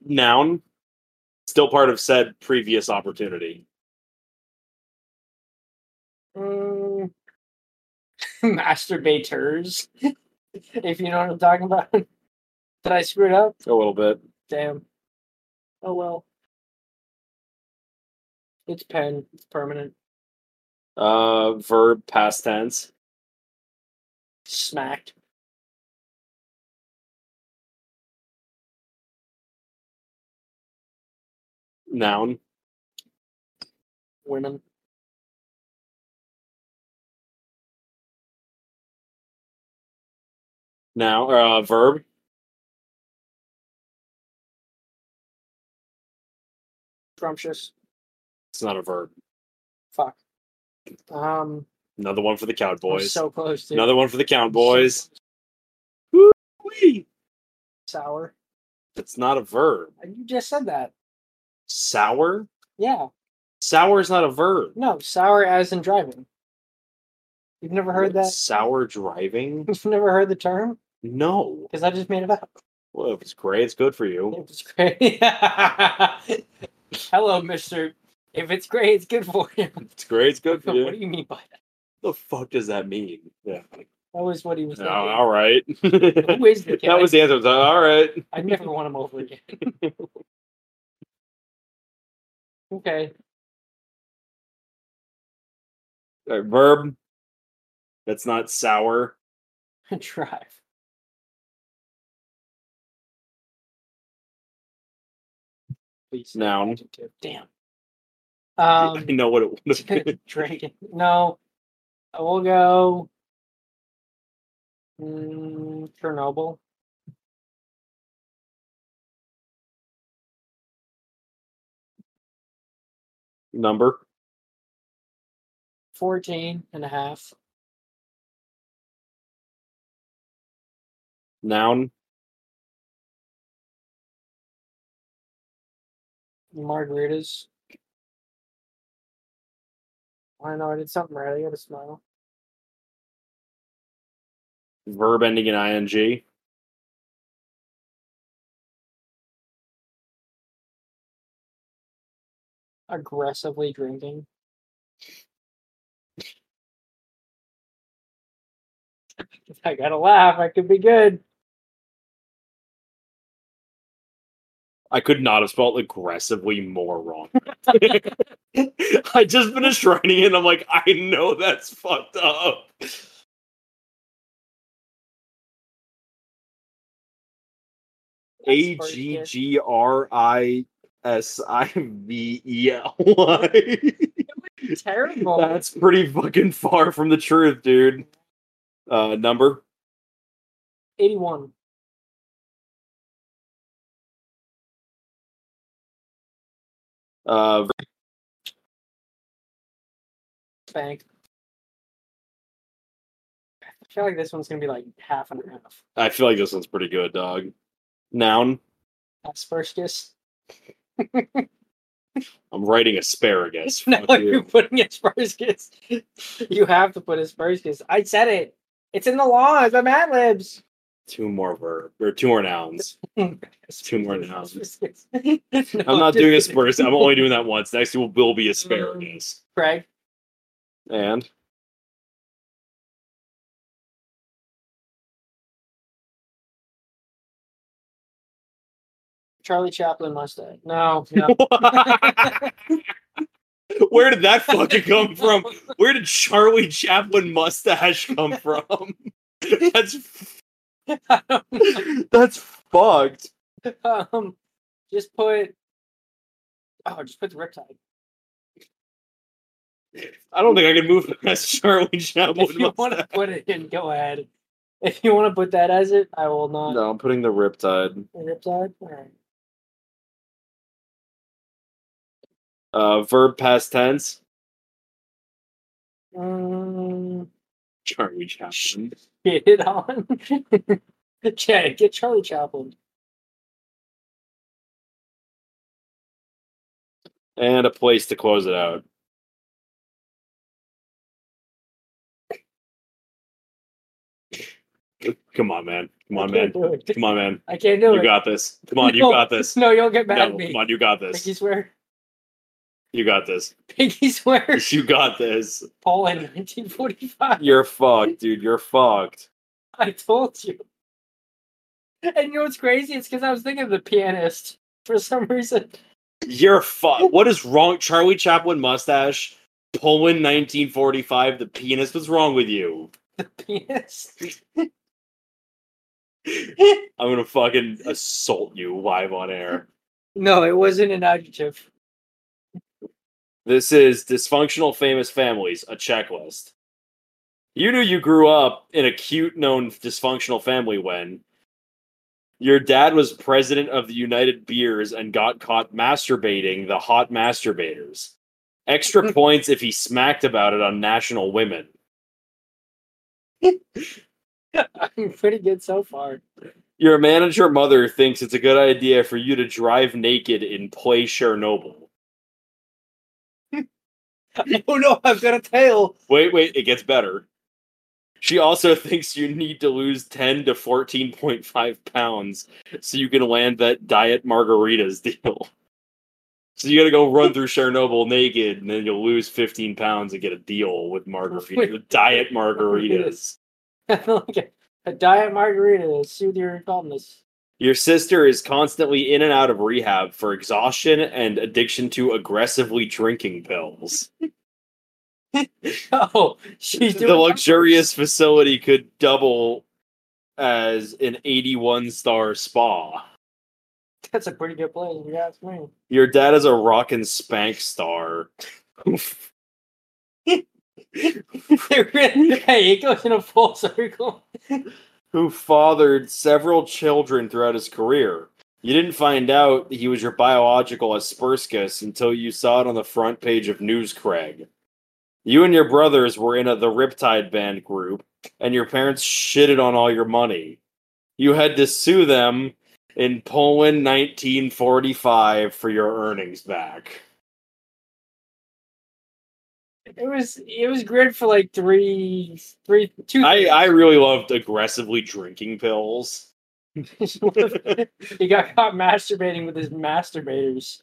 S3: Noun. Still part of said previous opportunity.
S4: Mm, masturbators. if you know what I'm talking about. Did I screw it up?
S3: A little bit.
S4: Damn. Oh well. It's pen. It's permanent.
S3: Uh, verb past tense.
S4: Smacked.
S3: Noun.
S4: Women.
S3: Now. Uh, verb.
S4: Scrumptious.
S3: It's not a verb.
S4: Fuck. Um,
S3: Another one for the
S4: I'm
S3: Cowboys.
S4: so close to
S3: Another one for the Count Boys. Whee!
S4: sour.
S3: That's not a verb.
S4: And You just said that.
S3: Sour?
S4: Yeah.
S3: Sour is not a verb.
S4: No, sour as in driving. You've never heard that?
S3: Sour driving?
S4: You've never heard the term?
S3: No.
S4: Because I just made it up.
S3: Well, if it's gray, it's good for you.
S4: If it's great. Hello, mister. If it's great, it's good for you.
S3: If it's gray, it's good for you.
S4: what do
S3: What
S4: you mean by that?
S3: the fuck does that mean? Yeah.
S4: That was what he was
S3: Oh,
S4: thinking.
S3: all right.
S4: Who is the kid?
S3: that was the answer. It's like, All right.
S4: I never want him over again. okay.
S3: All right, Verb. That's not sour.
S4: Drive. Please.
S3: Noun.
S4: adjective. Damn.
S3: I
S4: Um,
S3: know what it would have been.
S4: Dragon. No, I will go. Mm, Chernobyl.
S3: Number.
S4: 14 and a half.
S3: Noun.
S4: Margaritas. I know I did something right. I got a smile.
S3: Verb ending in ing.
S4: Aggressively drinking. If I gotta laugh. I could be good.
S3: I could not have spelled aggressively more wrong. I just finished writing it and I'm like, I know that's fucked up. A
S4: That's first
S3: G
S4: year.
S3: G R I S I V E L Y.
S4: Terrible.
S3: That's pretty fucking far from the truth, dude. Uh, number
S4: 81.
S3: uh,
S4: Bank. I feel like this one's gonna be like half and half.
S3: I feel like this one's pretty good, dog. Noun.
S4: Aspergus.
S3: I'm writing asparagus.
S4: No,
S3: Fuck
S4: you're
S3: you.
S4: putting aspergus. You have to put aspergus. I said it. It's in the laws. I'm ad libs.
S3: Two more verb or two more nouns. Two more nouns. I'm not doing asparagus. I'm only doing that once. Next will will be asparagus.
S4: Craig.
S3: And
S4: Charlie Chaplin mustache. No, no.
S3: Oh. where did that fucking come from? Where did Charlie Chaplin mustache come from? That's
S4: I don't
S3: that's fucked.
S4: know. um, just put. Oh, just put the riptide.
S3: I don't think I can move past Charlie Chaplin.
S4: If you want to
S3: mustache.
S4: put it in, go ahead. If you want to put that as it, I will not.
S3: No, I'm putting the riptide.
S4: Riptide. All right.
S3: Uh, verb past tense.
S4: Um,
S3: Charlie Chaplin.
S4: get it on. Chad, get Charlie Chaplin.
S3: And a place to close it out. Come on, man. Come on,
S4: I
S3: man.
S4: can't do it.
S3: Come on, man.
S4: I can't do
S3: You
S4: it.
S3: got this. Come on, you
S4: No,
S3: got this.
S4: No, you'll get mad
S3: No,
S4: at me.
S3: come on, you got
S4: Pinky
S3: this.
S4: swear.
S3: You got this.
S4: Pinky swear.
S3: You got this.
S4: Paul in 1945.
S3: You're fucked, dude. You're fucked.
S4: I told you. And you know what's crazy? It's because I was thinking of the pianist for some reason.
S3: You're fucked. What is wrong? Charlie Chaplin mustache, Poland 1945, the penis. What's wrong with you?
S4: Pianist.
S3: I'm gonna fucking assault you live on air.
S4: No, it wasn't an adjective.
S3: This is Dysfunctional Famous Families, a checklist. You knew you grew up in a cute known dysfunctional family when Your dad was president of the United Beers and got caught masturbating the hot masturbators. Extra points if he smacked about it on National Women.
S4: I'm pretty good so far.
S3: Your manager mother thinks it's a good idea for you to drive naked and play Chernobyl.
S4: Oh no, I've got a tail.
S3: Wait, wait, it gets better. She also thinks you need to lose 10 to 14.5 pounds so you can land that diet margaritas deal. So you gotta go run through Chernobyl naked and then you'll lose 15 pounds and get a deal with margaritas, with diet margaritas.
S4: like a, a diet margarita to soothe your calmness.
S3: Your sister is constantly in and out of rehab for exhaustion and addiction to aggressively drinking pills.
S4: Oh, she's doing
S3: the luxurious facility could double as an 81 star spa.
S4: That's a pretty good place, if you ask me.
S3: Your dad is a rock and spank star.
S4: hey, it goes in a full circle.
S3: who fathered several children throughout his career. You didn't find out he was your biological Asperscus until you saw it on the front page of Newscrag. You and your brothers were in a the Riptide Band group, and your parents shitted on all your money. You had to sue them in Poland 1945 for your earnings back.
S4: It was it was good for like three three two
S3: I, I really loved aggressively drinking pills.
S4: things. he got caught masturbating with his masturbators.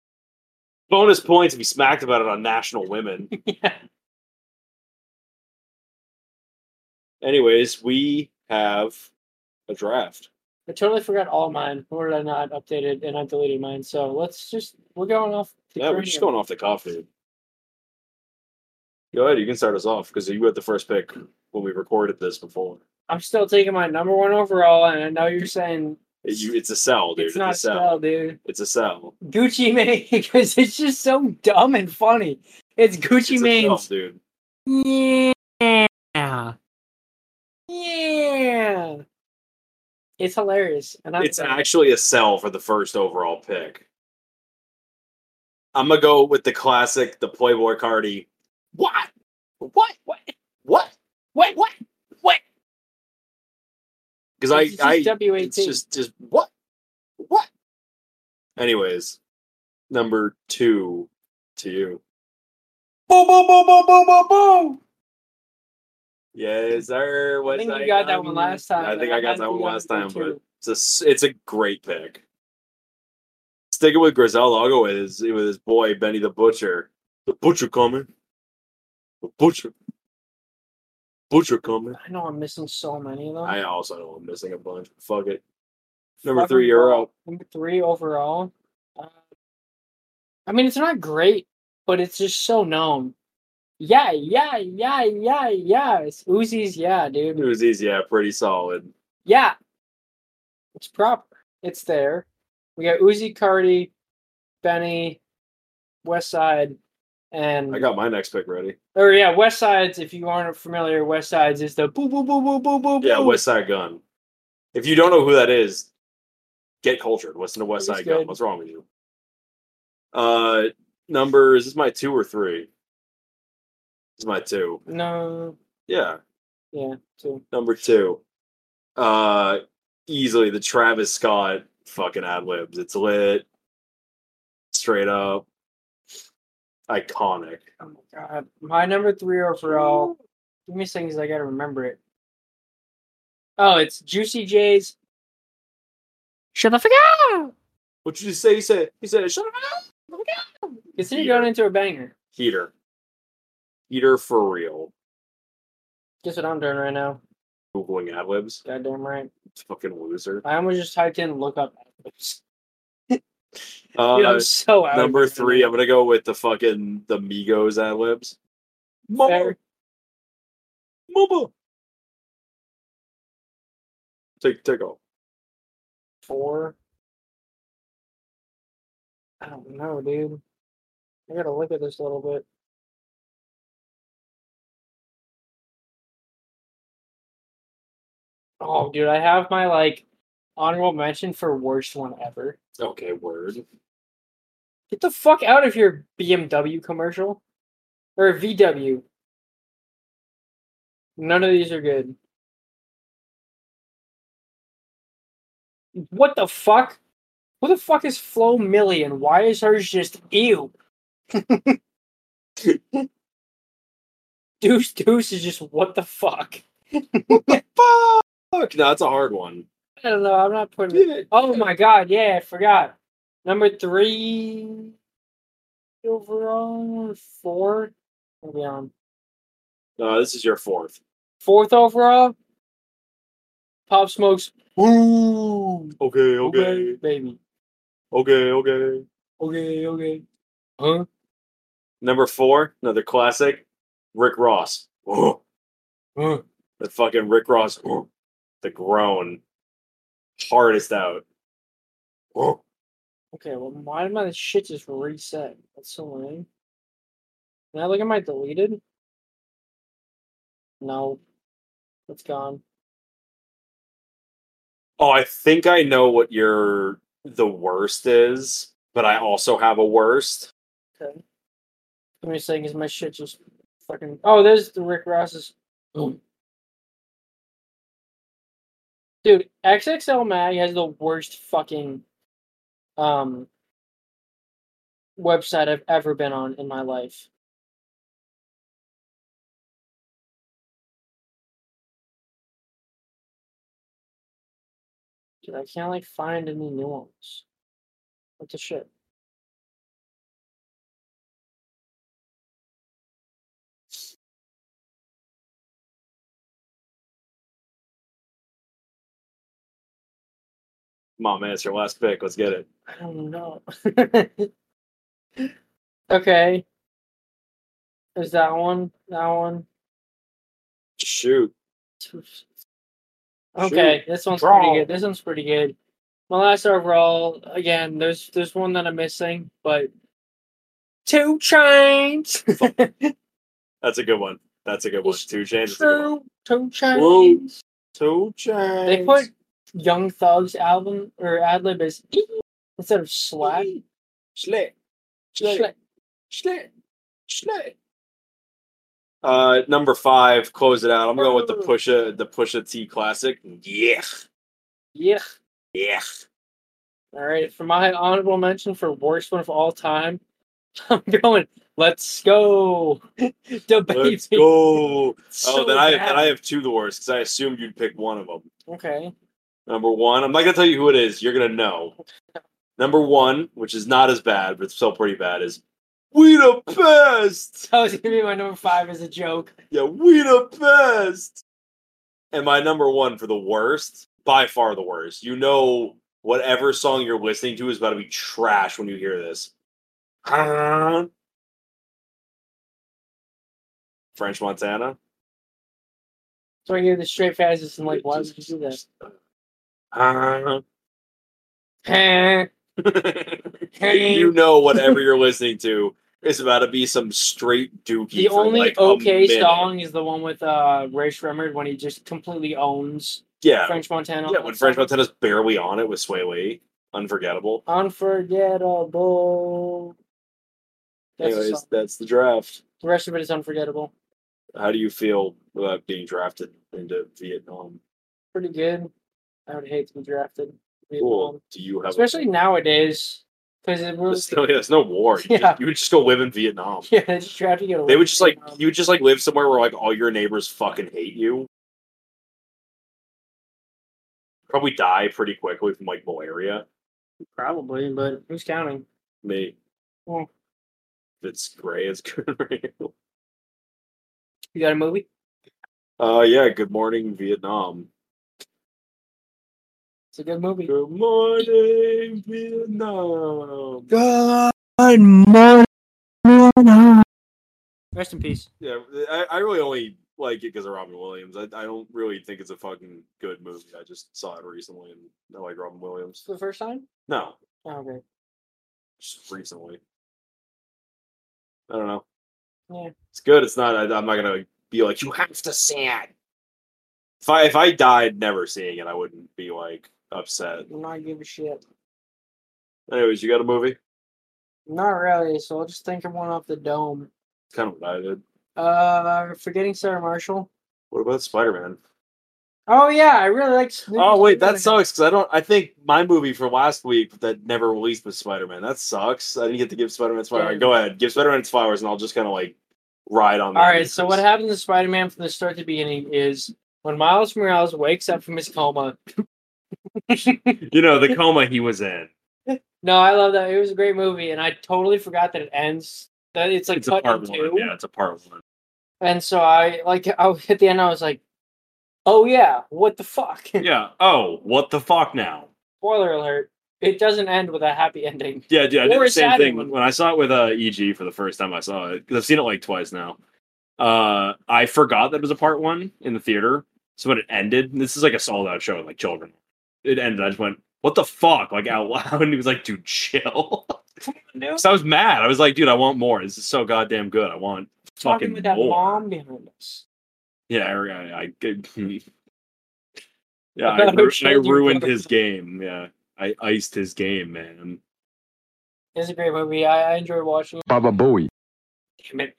S3: Bonus points if you smacked about it on National Women.
S4: Yeah.
S3: Anyways, we have a draft.
S4: I totally forgot all mine, or did I not updated and I deleted mine. So let's just we're going off the
S3: Yeah, we're
S4: grid
S3: just
S4: here.
S3: going off the cuff, dude. Go ahead, you can start us off because you had the first pick when we recorded this before.
S4: I'm still taking my number one overall, and I know you're saying
S3: It- you- it's a sell, dude.
S4: it's
S3: It's,
S4: not
S3: a sell.
S4: spell, dude.
S3: It's a sell.
S4: Gucci Mane because it's just so dumb and funny. It's
S3: it's
S4: Gucci
S3: a
S4: Mane's.
S3: sell, dude.
S4: Yeah. Yeah. It's hilarious. And I'm
S3: It's
S4: glad.
S3: actually a sell for the first overall pick. I'm gonna go with the classic, the Playboy Cardi. What? What? What? What? What? What? What? Because I,
S4: It's just
S3: I,
S4: W18.
S3: It's just just what? What? Anyways, number two to you.
S4: boom, boom, boom, boom, boom, boom, boom.
S3: Yes, sir. What's
S4: think you got that one last time,
S3: I think
S4: but
S3: I
S4: I
S3: got
S4: meant
S3: that
S4: to
S3: one
S4: go
S3: last
S4: for
S3: time, but
S4: two.
S3: it's a s- it's a great pick. Sticking with Griselda, I'll go with his with his boy Benny the Butcher. The butcher coming. The butcher. Butcher coming.
S4: I know I'm missing so many of them.
S3: I also know I'm missing a bunch. Fuck it. Number
S4: Fucking
S3: three, you're
S4: ball.
S3: up.
S4: Number three overall. Uh, I mean, it's not great, but it's just so known. Yeah, yeah, yeah, yeah, yeah. It's Uzi's, yeah, dude.
S3: It was easy, yeah, pretty solid.
S4: Yeah. It's proper. It's there. We got Uzi Cardi, Benny, West Side, and
S3: I got my next pick ready.
S4: or yeah, West Sides, if you aren't familiar, West Sides is the boo boo boo boo boo boo
S3: Yeah,
S4: boo.
S3: West Side Gun. If you don't know who that is, get cultured. Listen to West
S4: That's
S3: Side Gun.
S4: good.
S3: What's wrong with you? Uh, number is this my two or three? This is my two.
S4: No
S3: Yeah,
S4: yeah, too.
S3: number two. Uh, easily the Travis Scott fucking ad libs. It's lit, straight up, iconic.
S4: Oh my god. My number three overall. Give me things I gotta remember it. Oh, it's Juicy J's. Shut the fuck up!
S3: What did you say? He said. He said. Shut up.
S4: Consider going into a banger.
S3: Heater. Heater for real.
S4: Guess what I'm doing right now?
S3: Googling ad libs.
S4: Goddamn right.
S3: Fucking loser.
S4: I almost just typed in look up athletes.
S3: Uh,
S4: Dude, I'm so out. of
S3: number
S4: it.
S3: three, I'm gonna go with the fucking the Migos ad libs. Mama,
S4: Fair.
S3: mama. Take take off.
S4: four. I don't know, dude. I gotta look at this a little bit. Oh, dude, I have my like honorable mention for worst one ever.
S3: Okay, word.
S4: Get the fuck out of your BMW commercial or VW. None of these are good. What the fuck? Who the fuck is Flo Millie and why is hers just ew? Deuce Deuce is just what the fuck?
S3: Fuck! No, that's a hard one.
S4: I don't know. I'm not putting. Oh my god! Yeah, I forgot. Number three overall, four. Maybe on
S3: No, this is your fourth.
S4: fourth overall. Pop smokes. Ooh.
S3: Okay,
S4: baby.
S3: okay, okay.
S4: Okay, okay. Huh?
S3: Number four, another classic, Rick Ross. Oh,
S4: Huh?
S3: the fucking Rick Ross. Oh, the groan, hardest out. Oh,
S4: Okay. Well, why did my shit just reset? That's so lame. Can I look at my deleted? No, it's gone.
S3: oh, I think I know what your the worst is, but I also have a worst.
S4: Okay. I'm just saying, is my shit just fucking? Oh, there's the Rick Ross's. Boom. Dude, XXL Mag has the worst fucking um website I've ever been on in my life. Dude, I can't like find any new ones. What the shit?
S3: Come on, man, it's your last pick. Let's get it.
S4: I don't know. okay. Is that one? That one?
S3: Shoot.
S4: Okay, this one's
S3: Draw.
S4: pretty good. This one's pretty good. My last overall, again, there's there's one that I'm missing, but two chains.
S3: That's a good one. That's a good one.
S4: It's
S3: Two chains. That's a good one.
S4: two, two chains.
S3: Two chains.
S4: They put Young Thug's album or ad lib as instead of slack.
S3: Slit.
S4: Slack.
S3: Slit. Slit. Uh, number five, close it out. I'm going with
S4: Oh.
S3: the Pusha, the Pusha T Classic. Yeah,
S4: Yeah.
S3: yeah.
S4: All right, for my honorable mention for worst one of all time, I'm going. Let's go, the baby.
S3: Let's go.
S4: So
S3: oh, then I then I
S4: bad.
S3: have two the worst because I assumed you'd pick one of them.
S4: Okay,
S3: Number one, I'm not gonna tell you who it is. You're gonna know. Number one, which is not as bad, but it's still pretty bad, is we the best.
S4: that was gonna be my number five as a joke.
S3: Yeah, we the best. And my number one for the worst, by far the worst. You know, whatever song you're listening to is about to be trash when you hear this. French Montana.
S4: So I hear the straight fastest and like, why would you do that? Heh.
S3: you know, whatever you're listening to is about to be some straight dookie.
S4: the
S3: for
S4: only
S3: like a
S4: okay
S3: minute.
S4: song is the one with uh Ray Shremmerd when he just completely owns
S3: Yeah,
S4: French Montana.
S3: yeah. When French Montana's barely on it with Sway Lee, unforgettable.
S4: unforgettable. That's the,
S3: Anyways,
S4: song.
S3: that's the draft.
S4: the rest of it is unforgettable.
S3: How do you feel about being drafted into Vietnam?
S4: pretty good. I would hate to be drafted. to be
S3: Cool.
S4: alone.
S3: Do you have
S4: Especially nowadays, because it really,
S3: there's no, yeah, there's no war? You,
S4: Yeah.
S3: just- you would just go live in Vietnam.
S4: yeah, they just try to get Um, away.
S3: They would just
S4: from
S3: like
S4: it.
S3: you would just like live somewhere where like all your neighbors fucking hate you. Probably die pretty quickly from like malaria.
S4: probably, but who's counting?
S3: Me.
S4: Well.
S3: If It's gray. It's good. radio.
S4: You got a movie?
S3: Uh, yeah. Good morning, Vietnam.
S4: It's a good movie.
S3: Good morning, Vietnam.
S4: Rest in peace.
S3: Yeah, I, I really only like it because of Robin Williams. I, I don't really think it's a fucking good movie. I just saw it recently and I like Robin Williams.
S4: For the first time?
S3: No,
S4: Oh, okay.
S3: just recently. I don't know.
S4: Yeah.
S3: It's good. It's not. I, I'm not gonna be like you have to see it. If I if I died never seeing it, I wouldn't be like upset.
S4: I'm not give a shit.
S3: Anyways, you got a movie?
S4: Not really. So I'll just think of one off the dome.
S3: It's kind of what I did.
S4: Uh, forgetting Sarah Marshall.
S3: What about Spider Man?
S4: Oh yeah, I really like. Snoopy
S3: Oh wait, that
S4: Snooty.
S3: sucks because I don't. I think my movie from last week that never released was Spider Man. That sucks. I didn't get to give Spider Man flowers.
S4: Yeah.
S3: Go ahead, give Spider Man its flowers, and I'll just kind of like ride on.
S4: All right, so what happens to Spider-Man from the start to beginning is when Miles Morales wakes up from his coma.
S3: happened? You know the coma he was in.
S4: No, I love that. It was a great movie, and I totally forgot that it ends. That it's like
S3: It's a
S4: cut
S3: part
S4: in
S3: one.
S4: two.
S3: Yeah, it's a part one.
S4: And so I like I was- at the end I was like, "Oh yeah, what the fuck?"
S3: Yeah. Oh, what the fuck now?
S4: Spoiler alert: It doesn't end with a happy ending.
S3: Yeah, dude, I did
S4: Or
S3: the
S4: a
S3: same
S4: sad
S3: thing
S4: one.
S3: when I saw it with uh, EG for the first time. I saw it because I've seen it like twice now. Uh, I forgot that it was a part one in the theater. So when it ended, and this is like a sold out show with like children. It ended. I just went, "What the fuck!" Like out loud, and he was like, "Dude, chill."
S4: No,
S3: so I was mad. I was like, "Dude, I want more. This is so goddamn good. I want
S4: talking
S3: fucking
S4: with that
S3: more."
S4: mom behind us.
S3: Yeah, I, I, I yeah,
S4: I
S3: I, ru- I
S4: showed you
S3: ruined
S4: brother.
S3: his game. Yeah, I iced his game, man.
S4: It's a great movie. I, I enjoyed watching. it.
S2: Baba Bowie.
S4: Damn it,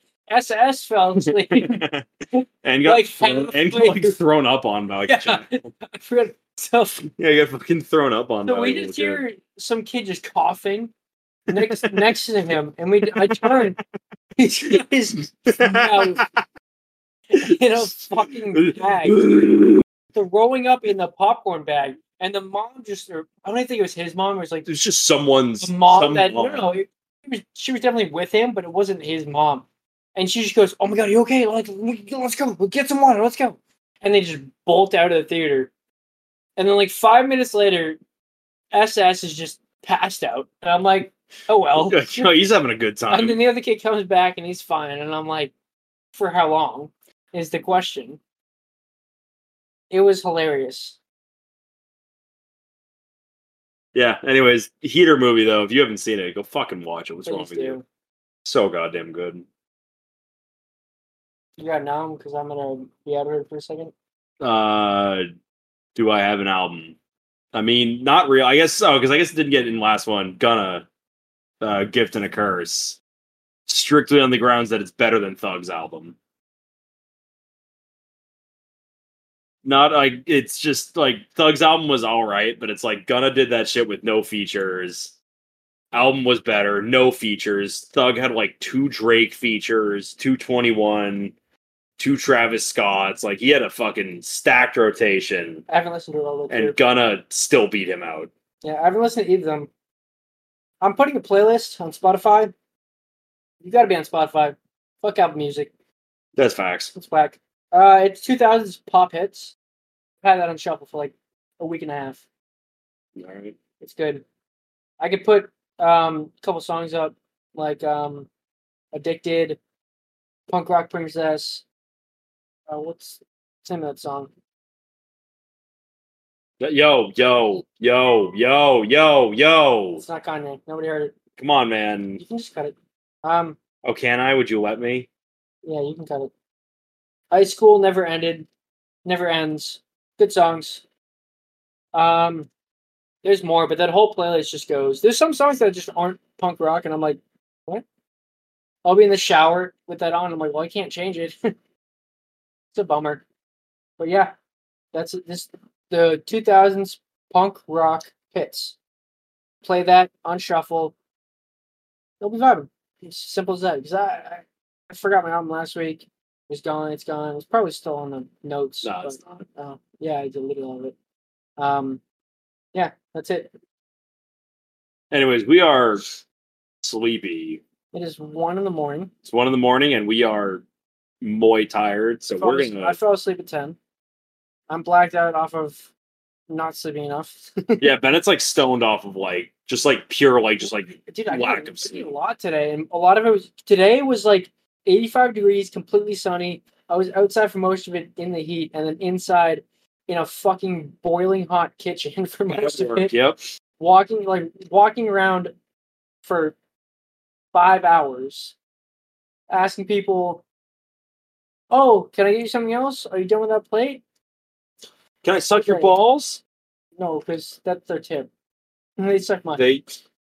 S4: SS fell asleep.
S3: and got
S4: Like,
S3: thrown,
S4: halfway
S3: and got, like thrown up on by like a
S4: Yeah.
S3: child.
S4: I forgot. So, so
S3: yeah, you got fucking thrown up on. by
S4: we
S3: a little
S4: just
S3: kid.
S4: hear some kid just coughing next next to him, and we I turn. He's got his mouth in a fucking bag. the rolling up in the popcorn bag, and the mom just, or I don't even think it was his mom. It was like the
S3: It's just someone's
S4: mom
S3: some
S4: that,
S3: mom.
S4: no, no, it, it was, she was definitely with him, but it wasn't his mom. And she just goes, "Oh my god, you okay? Like, we- let's go, We'll get some water, let's go." And they just bolt out of the theater, and then like five minutes later, SS is just passed out, and I'm like, "Oh well."
S3: No, he's having a good time.
S4: and then the other kid comes back and he's fine, and I'm like, "For how long?" Is the question. It was hilarious.
S3: yeah. Anyways, heater movie though. If you haven't seen it, go fucking watch it. What's wrong
S4: Please
S3: with
S4: do.
S3: you? So goddamn good.
S4: You got numb because I'm gonna be out of here for a second.
S3: Uh, do I have an album? I mean, not real. I guess so, because I guess it didn't get in last one. Gonna uh, gift and a curse, strictly on the grounds that it's better than Thug's album. Not like it's just like Thug's album was all right, but it's like Gunna did that shit with no features. Album was better, no features. Thug had like two Drake features, two Twenty One, two Travis Scotts. Like he had a fucking stacked rotation,
S4: I haven't listened to all the two.
S3: and Gunna still beat him out.
S4: yeah, I haven't listened to either of them. I'm putting a playlist on Spotify. You gotta be on Spotify. Fuck out music.
S3: That's facts.
S4: It's whack. Uh, it's 2000s pop hits. I've had that on shuffle for like a week and a half.
S3: All right.
S4: It's good. I could put um, a couple songs up, like um, "Addicted," "Punk Rock Princess." Uh, what's what's the name of that song?
S3: Yo, yo, yo, yo, yo, yo.
S4: It's not Kanye. Nobody heard it.
S3: Come on, man.
S4: You can just cut it. Um,
S3: Oh, can I? Would you let me?
S4: yeah, you can cut it. High school never ended, never ends. Good songs. Um, there's more, but that whole playlist just goes. There's some songs that just aren't punk rock, and I'm like, what? I'll be in the shower with that on. I'm like, well, I can't change it. it's a bummer, but yeah, that's it. this the 2000s punk rock hits. Play that on shuffle. They'll be vibing. It's simple as that. Because I, I I forgot my album last week. It's gone. It's gone. It's probably still on the notes.
S3: No, it's
S4: but- Oh, yeah, I deleted all of it. Um, yeah, that's it.
S3: Anyways, we are sleepy.
S4: It is one in the morning.
S3: It's one in the morning, and we are muy tired. So
S4: Fell
S3: we're
S4: as- I
S3: gonna.
S4: fell asleep at ten. I'm blacked out off of not sleeping enough.
S3: Yeah, Bennett's like stoned off of like just like pure like just like
S4: Dude, I
S3: lack
S4: did,
S3: of
S4: I did
S3: sleep.
S4: a lot today, and a lot of it was today was like 85 degrees, completely sunny. I was outside for most of it in the heat, and then inside in a fucking boiling hot kitchen for most of it.
S3: Yep.
S4: walking like walking around for five hours asking people oh can i get you something else are you done with that plate
S3: Can I suck your
S4: Right.
S3: balls?
S4: No, because that's their tip. They suck my.
S3: They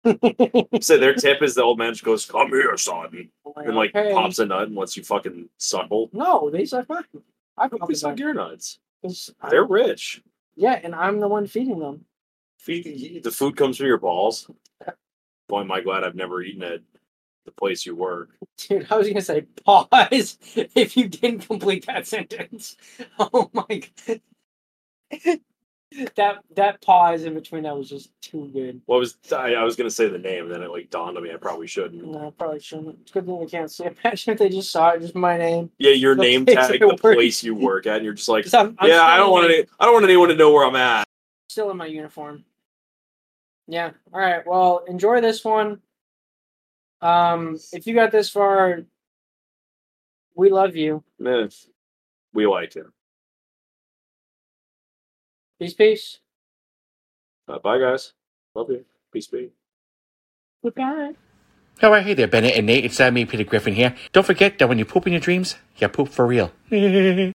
S3: so their tip is the old man just goes, "Come here, son," and like
S4: Okay.
S3: pops a nut and lets you fucking suckle.
S4: No, they suck mine. I
S3: Probably
S4: probably suck
S3: some gear nuts.
S4: yours.
S3: They're rich.
S4: Yeah, and I'm the one feeding them.
S3: If you- The food comes from your balls. Boy, am I glad I've never eaten at the place you work.
S4: Dude, I was gonna say pause if you didn't complete that sentence. Oh my god. That that pause in between that was just too good.
S3: What was I, I was gonna say the name, then it like dawned on me I probably shouldn't.
S4: No, I probably shouldn't. It's a good thing I can't see. Imagine if they just saw it, just my name.
S3: Yeah, your
S4: The
S3: name
S4: place
S3: tag,
S4: I
S3: the
S4: work.
S3: place you work at, and you're just like,
S4: 'Cause I'm- I'm
S3: yeah, I
S4: still
S3: don't want
S4: in my-
S3: any, I don't want anyone to know where I'm at.
S4: Still in my uniform. Yeah. All right. Well, enjoy this one. Um, if you got this far, we love you.
S3: Meh. We liked him.
S4: Peace, peace.
S3: Uh, bye, guys. Love you. Peace be.
S4: Goodbye.
S5: Hello, hey there, Bennett and Nate. It's uh, me, Peter Griffin here. Don't forget that when you poop in your dreams, you poop for real.